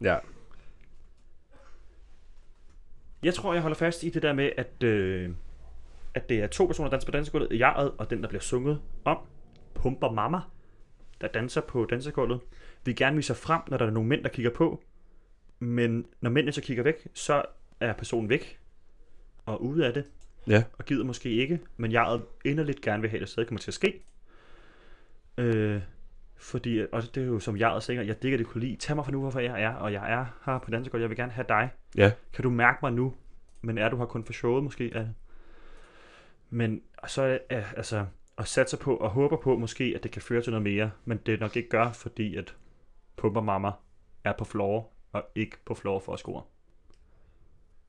Ja,
Jeg tror, jeg holder fast i det der med, at, øh, at det er to personer, der danser på dansegulvet. Jaret og den, der bliver sunget om, pumper mamma, der danser på dansegulvet. Vi gerne viser frem, når der er nogle mænd, der kigger på. Men når mændene så kigger væk, så er personen væk og ude af det.
Ja.
Og gider måske ikke, men jaret inderligt gerne vil have, at det stadig kommer til at ske. Øh, fordi, og det er jo som jaret synger, jeg digger det kunne lide. Tag mig for nu, hvorfor jeg er, og jeg er her på dansegulvet. Jeg vil gerne have dig
ja,
kan du mærke mig nu? Men er du her kun for showet måske? Ja. Men og så er altså og satser på og håber på måske, at det kan føre til noget mere, men det nok ikke gør, fordi at pumper mamma er på floor og ikke på floor for at score.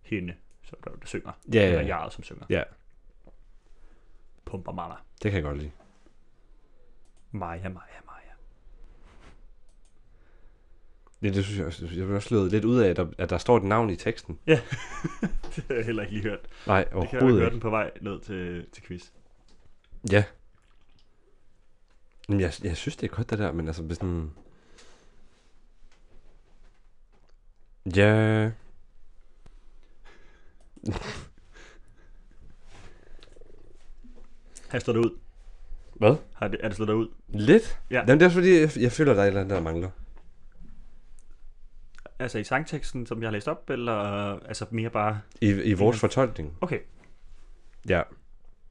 Hende, som der, der synger.
Ja, ja,
Eller
ja.
jaret, som synger.
ja,
Pumper mamma.
det kan jeg godt lide.
Maja, Maja, Maja.
Ja, det synes jeg også. Jeg blev også slået lidt ud af, at der, at der står et navn i teksten.
Det har jeg heller ikke lige hørt.
Nej,
Det kan jeg jo
overhovedet
høre
ikke.
den på vej ned til, til quiz.
Ja. Men jeg, jeg synes, det er godt, det der, men altså, hvis sådan... Ja...
Har jeg slået dig ud?
Hvad?
Har det, er det slået dig ud?
Lidt?
Ja.
Jamen, det er også fordi, jeg, jeg føler, der er et eller andet, der mangler.
Altså i sangteksten, som jeg har læst op, eller altså mere bare...
I, i vores fortolkning.
Okay,
Ja.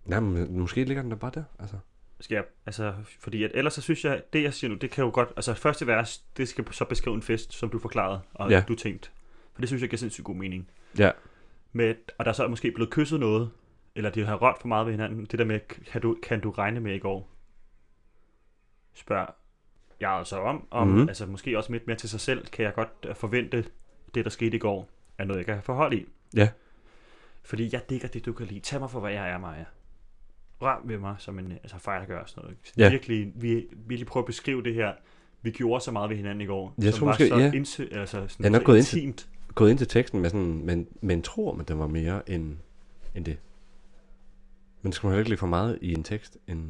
Nej, men måske ligger den der bare der, altså.
skal jeg, altså, fordi at ellers så synes jeg, det jeg siger nu, det kan jo godt, altså første vers, det skal så beskrive en fest, som du forklarede, og
Ja.
ja. du tænkte. For det synes jeg giver sindssygt god mening.
Ja.
Med, og der er så måske blevet kysset noget, eller de har rørt for meget ved hinanden. Det der med, kan du, kan du regne med i går? Spørg jeg altså om, om
Mhm.
mm-hmm. altså måske også lidt mere til sig selv, kan jeg godt øh, forvente, det der skete i går, er noget, jeg kan forholde i.
Ja.
Fordi jeg digger det, du kan lide. Tag mig for, hvad jeg er, Maja. Rør ved mig, som en altså, fejl gør og sådan noget. Så
Ja.
ja. virkelig, vi, vi lige prøver at beskrive det her. Vi gjorde så meget ved hinanden i går.
Jeg
som
tror
var
måske-
så
ja.
indse, altså, sådan,
Jeg er nok
så
gået ind til-
intimt.
Gået ind til teksten med sådan, men, men tror, at den var mere end, end det. Men skal man heller ikke lægge for meget i en tekst, end,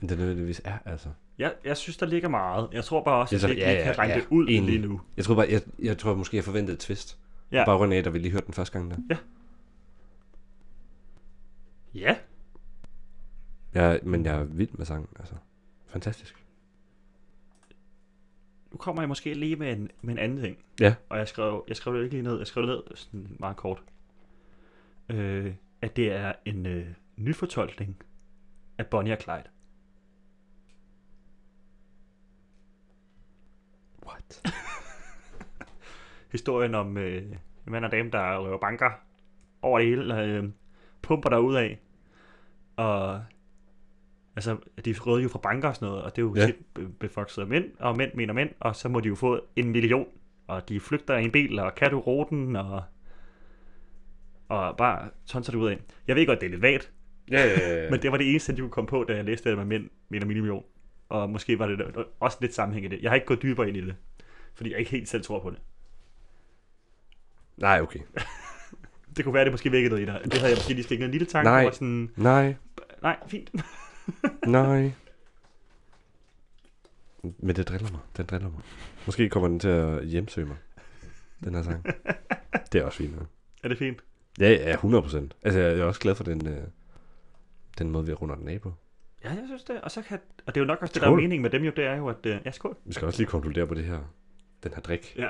end det nødvendigvis er, altså.
Jeg, jeg synes, der ligger meget. Jeg tror bare også,
Jeg
at
tror-
vi ikke
ja,
ja,
ja,
kan regne
ja.
det ud
Enig.
lige nu.
Jeg tror bare, jeg, jeg tror måske, jeg forventede et twist.
Ja.
Ja. Bare rundt af, da vi lige hørte den første gang der.
Ja,
Jeg, men jeg er vild med sangen, altså. Fantastisk.
nu kommer jeg måske lige med en, med en anden ting.
Ja.
Og jeg skrev, jeg skrev det ikke lige ned. Jeg skrev det ned sådan meget kort. Øh, at det er en øh, nyfortolkning af Bonnie og Clyde.
What?
Historien om øh, en mand og dame, der røver banker over det hele, og øh, pumper derud af. Og altså, de røvede jo fra banker og sådan noget, og det er jo
Ja.
ja. tit be- befokset af mænd, og mænd mener mænd, og så må de jo få en million. Og de flygter i en bil, og kan du roten, og, og bare tonser det ud af. Jeg ved godt, det er lidt vagt,
Ja, ja, ja.
men det var det eneste, de kunne komme på, da jeg læste det med mænd mener million. Og måske var det også lidt sammenhæng i det. Jeg har ikke gået dybere ind i det, fordi jeg ikke helt selv tror på det.
Nej, okay.
Det kunne være, det måske vækkede noget i dig. Det havde jeg måske lige stikket en lille tanke.
Nej.
Nej. Sådan,
Nej,
nej, fint.
nej. Men det driller mig. Den driller mig. Måske kommer den til at hjemsøge mig. Den her sang. Det er også fint. nok.
er det fint?
Ja, ja, 100 procent. Altså, jeg er også glad for den, øh, den måde, vi runder den af på.
Ja, jeg synes det. Og, så kan, og det er jo nok også det, der er
Skål.
meningen med dem jo, det er jo, at... øh, Ja, skål.
Vi skal også lige konkludere på det her. Den her drik.
Ja.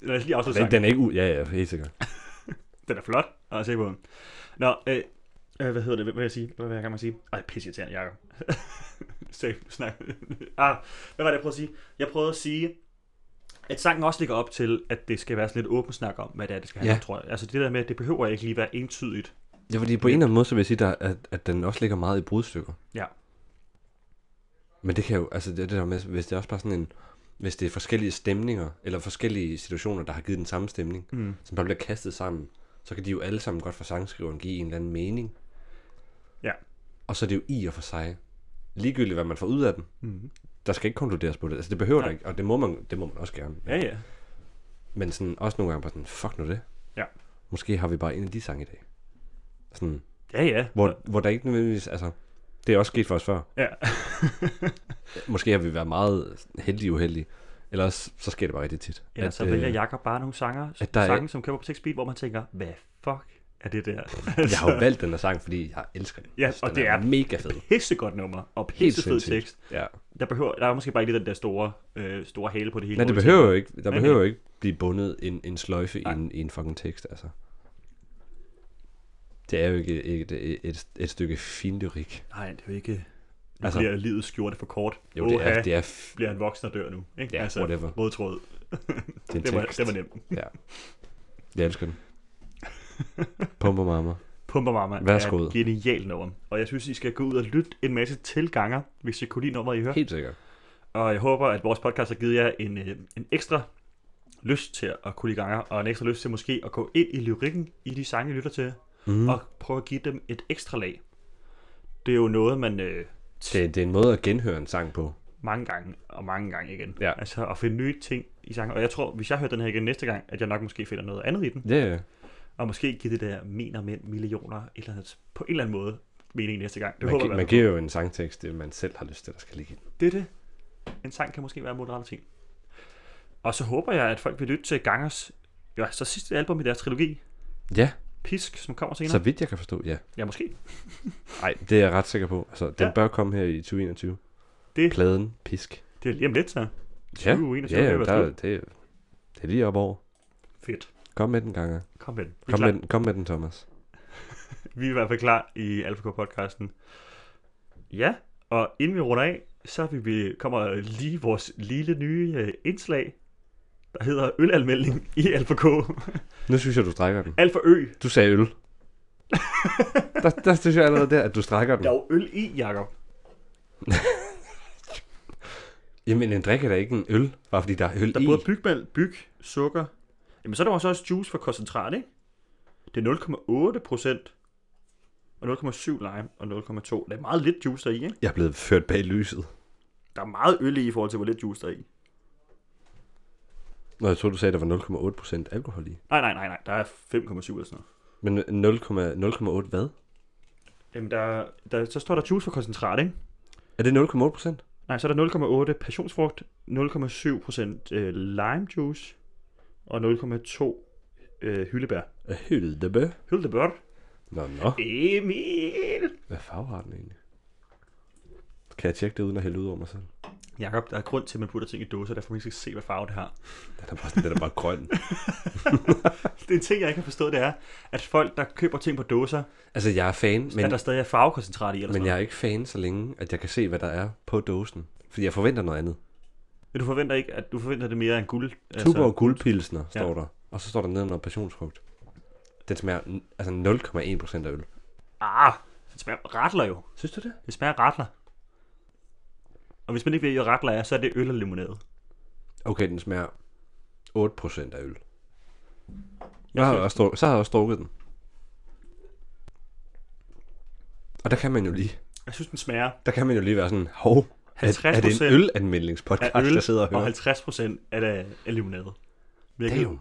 Lad os lige afslutte sangen.
Den, den er ikke ud. Ja, ja, helt sikkert.
Den er flot, og jeg er sikker på. den. Nå, øh, øh, hvad hedder det? Hvad vil jeg sige? Hvad vil jeg gerne sige? Ej, pisse irriterende, Jacob. Safe, snak. ah, hvad var det, jeg prøvede at sige? Jeg prøvede at sige, at sangen også ligger op til, at det skal være sådan lidt åben snak om, hvad det er, det skal have,
Ja.
ja. tror jeg. Altså det der med, at det behøver ikke lige være entydigt.
Ja, fordi på en eller anden måde, så vil jeg sige, der, at, at den også ligger meget i brudstykker.
Ja.
Men det kan jo, altså det, det der med, hvis det er også bare sådan en, hvis det er forskellige stemninger, eller forskellige situationer, der har givet den samme stemning,
Mm.
som bare bliver kastet sammen, så kan de jo alle sammen godt for sangskriveren give en eller anden mening.
Ja.
Og så er det jo i og for sig ligegyldigt, hvad man får ud af den.
Mm.
Der skal ikke konkluderes på det. Altså det behøver
Nej.
der ikke, og det må man, det må man også gerne.
Ja, ja.
Men sådan, også nogle gange bare sådan, fuck nu det.
Ja.
Måske har vi bare en af de sange i dag. Sådan,
Ja, ja.
hvor, hvor der ikke nødvendigvis, altså, det er også sket for os før.
Ja.
Måske har vi været meget heldige uheldige, eller også, så sker det bare rigtig tit. øh,
Ellers så vælger Jacob bare nogle sanger,
at der er-
sange, som kører på 6 beat, hvor man tænker, hvad fuck er det der?
Jeg har jo valgt den her sang, fordi jeg elsker den.
Ja,
Jeg synes,
og
den
det
er
er
mega fed.
pissegodt nummer, og pissefed
sindssygt.
tekst.
Ja.
Der, behøver, der er måske bare ikke lige den der store, øh, store hale på det hele.
Nej, det
hvor vi
behøver jo ikke, der
Nej,
behøver jo
nej.
ikke blive bundet en, en sløjfe i en, i en fucking tekst, altså. Det er jo ikke et, et, et, et stykke fin lyrik.
tænker, Nej, det er jo ikke... Nu altså,
Altså-
bliver livet skjorte for kort.
Jo, det er,
Åha,
det er, f-
bliver han voksen og dør nu. Ikke?
Ja, whatever.
Rød tråd.
det er en
Altså, Det var,
tekst.
det var nemt.
Ja. Jeg elsker den. Pumper mamma.
Pumper Mama
Værsgo.
er et genialt nummer. Og jeg synes, I skal gå ud og lytte en masse til ganger, hvis I kunne lide nummeret, I hører.
Helt sikkert.
Og jeg håber, at vores podcast har givet jer en, øh, en ekstra lyst til at kunne lide ganger, og en ekstra lyst til måske at gå ind i lyrikken i de sange, I lytter til,
Mhm.
mm. og prøve at give dem et ekstra lag. Det er jo noget, man øh,
Det, det er en måde at genhøre en sang på.
mange gange og mange gange igen.
Ja.
Altså at finde nye ting i sange. Og jeg tror, hvis jeg hører den her igen næste gang, at jeg nok måske finder noget andet i den,
Ja, ja.
og måske giver det der mener mænd millioner et eller andet, på en eller anden måde mening næste gang. Det
Man,
håber
gi-
jeg. i
man
hvert fald.
giver jo en sangtekst, det man selv har lyst til, der skal ligge i den.
Det er det. En sang kan måske være moderalitet. Og så håber jeg, at folk vil lytte til Gangers ja, så sidste album i deres trilogi,
Ja,
Pisk, som kommer senere. Så...
så vidt jeg kan forstå, ja.
Ja, måske.
Nej, det er jeg ret sikker på. Altså, den
Ja.
bør komme her i 2021.
Det-
Pladen Pisk.
Det er lige om lidt, så.
Ja,
2021,
ja,
det er
ja
været
der, er-
slut.
det, er- det er lige op over.
Fedt.
Kom med den, Ganger.
Kom med den. Vi, er
Kom
klar.
med den, kom med den, Thomas.
vi er i hvert fald klar i AlphaCore-podcasten. Ja, og inden vi runder af, så vil vi, kommer lige vores lille nye øh, indslag, der hedder ølanmelding i AlphaK.
Nu synes jeg, du strækker den.
Alpha Ø.
Du sagde øl. der, der synes jeg allerede der, at du strækker den.
Der er jo øl i, Jacob.
Jamen, en drik er da ikke en øl, bare fordi der er øl
Der
i.
er både bygmælk, byg, sukker. Jamen så er der jo så også juice for koncentrat, ikke? Det er 0,8 procent. Og 0,7 lime og 0,2. Der er meget lidt juice der i, ikke?
Jeg er blevet ført bag lyset.
Der er meget øl i i forhold til, hvor lidt juice der er i.
Nå, jeg tror, du sagde, der var 0,8% alkohol i.
Nej, nej, nej, nej. Der er 5,7 eller sådan noget.
Men 0,8 hvad?
Jamen, der, der, så står der juice for koncentrat, ikke?
Er det 0,8 procent?
Nej, så er der 0,8 passionsfrugt, 0,7 procent øh, lime juice og 0,2 øh, hyldebær.
Hyldebø.
Hyldebær?
Nå, nå.
Emil!
Hvad farve har den egentlig? Kan jeg tjekke det uden at hælde ud over mig selv?
Jakob, der er grund til, at man putter ting i dåser, derfor man ikke skal se, hvad farve det har.
Den er bare, den er bare grøn.
Det er en ting, jeg ikke har forstået, det er, at folk, der køber ting på dåser,
altså, jeg er fan,
men,
men,
at der stadig er farvekoncentrat i. Eller
men
sådan
jeg er ikke fan så længe, at jeg kan se, hvad der er på dåsen. Fordi jeg forventer noget andet.
noget. Men du forventer ikke, at du forventer det mere end guld. altså-
Tuborg guldpilsner står
Ja.
der. Og så står der nedenunder passionsfrugt. Den smager n- altså 0,1 procent af øl.
Ah, det smager ratler jo.
Synes du det?
Det smager ratler. Og hvis man ikke ved, hvad ratler er, så er det øl og limonade.
Okay, den smager 8 procent af øl.
Jeg
Jeg har
synes-
også, druk- så har jeg også drukket den. Og der kan man jo lige,
Jeg synes, den smager
der kan man jo lige være sådan, hov, er, er det
50%
en ølanmeldingspodcast,
af øl,
der sidder og hører?
og 50 procent af, af limonade. Men jeg kan
Damn.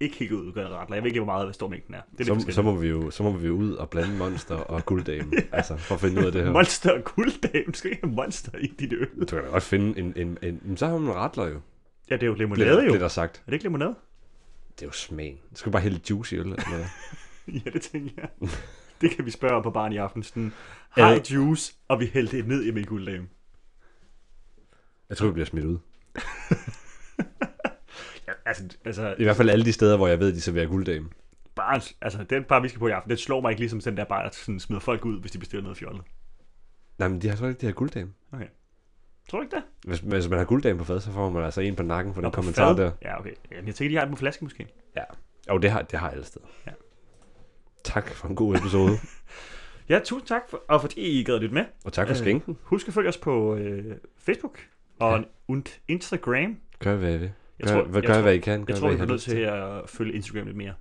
ikke helt udgøre ratler. Jeg ved ikke, hvor meget, hvad stor mængden er. Det er
Så,
det
så, må vi jo, så må vi jo ud og blande Monster og Gulddame, altså for at finde ud af det her.
Monster og gulddame. Du skal ikke have monster i dit øl.
Du kan da godt finde en, en, en, en så har man ratler jo,
Ja, det er jo
bliver,
limonade
der,
jo.
bliver der sagt.
Er det ikke limonade?
Det er jo smagen. Skal du bare hælde juice i øl? Eller hvad?
Ja, det tænker jeg. Det kan vi spørge om på barn i aften. Sådan, hej
det-
juice, og vi hældte det ned i min gulddame.
jeg tror, vi bliver smidt ud.
Ja, altså, altså,
I hvert fald alle de steder, hvor jeg ved, de serverer gulddame.
barns, altså, den bar, vi skal på i aften, den slår mig ikke ligesom den der bar, der sådan, smider folk ud, hvis de bestiller noget fjollet.
Nej, men de har så ikke de her gulddame.
Okay. Tror du ikke det?
Hvis, hvis man har gulddame på fad, så får man altså en på nakken for
Nå,
den
på
kommentar
fad?
der.
Ja, okay. Jamen, jeg tænker, de har den på flaske måske.
Ja. Og det har, det har alle steder.
Ja.
Tak for en god episode.
Ja, tusind tak, for, og fordi I gad at lytte med.
og tak for
Øh.
skænken.
Husk at følge os på øh, Facebook og
Ja.
und Instagram.
Gør hvad I vil.
Jeg
Gør,
tror-
hvad,
jeg
gør
tror-
hvad I kan. Gør,
Jeg tror,
hvad
vi
I har
bliver nødt
lyst
til at følge Instagram lidt mere.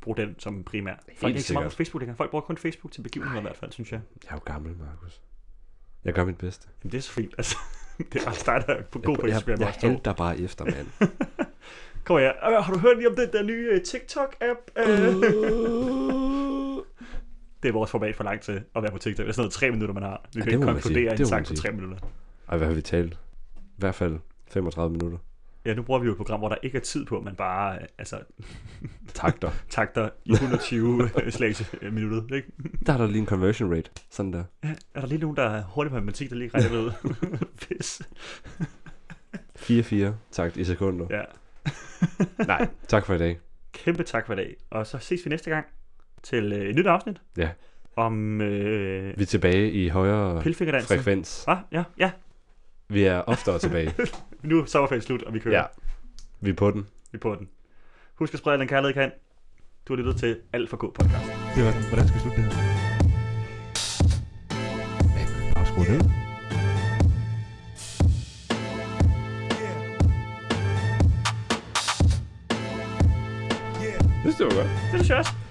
Brug den som primær. Folk er ikke så meget
sikkert.
på Facebook længere. Folk bruger kun Facebook til begivenheder i hvert fald, synes jeg.
Jeg er jo gammel, Markus. Jeg gør mit bedste.
Jamen, det er så fint. Altså, det er bare dig, der er på god på
jeg,
Instagram.
jeg,
også,
jeg
Tove.
halter bare efter, mand.
Kom her. Øh, har du hørt lige om den der nye øh, TikTok-app? Øh, det er vores format for langt til at være på TikTok. Det er sådan noget tre minutter, man har. Vi kan
Ja, det
ikke
må man sige.
konkludere
Det
en
må man
sang på
sige.
tre minutter.
Ej, hvad har vi talt? I hvert fald 35 minutter.
Ja, nu bruger vi jo et program, hvor der ikke er tid på, man bare øh, altså,
Takter.
takter i 120 slags øh, minuttet. Ikke?
Der er der lige en conversion rate. Sådan der.
Er der lige nogen, der er hurtig på matematik, der lige regner det ud? Pis.
4-4 takt i sekunder.
Ja.
Nej, tak for i dag.
Kæmpe tak for i dag. Og så ses vi næste gang til øh, et nyt afsnit
Ja.
om øh,
Vi er tilbage i højere
pilfingerdansen.
frekvens.
Ah, ja, ja.
Vi er oftere tilbage.
Nu er sommerferien slut, og vi kører.
Ja. Vi er på den.
vi på den. Husk at sprede den kærlighed, I kan. Du har lyttet til Alt for K podcast.
Det var den. Hvordan skal vi slutte det her? Bare skru ned.
Yeah.
Det synes jeg var godt.
Det er det sjovt.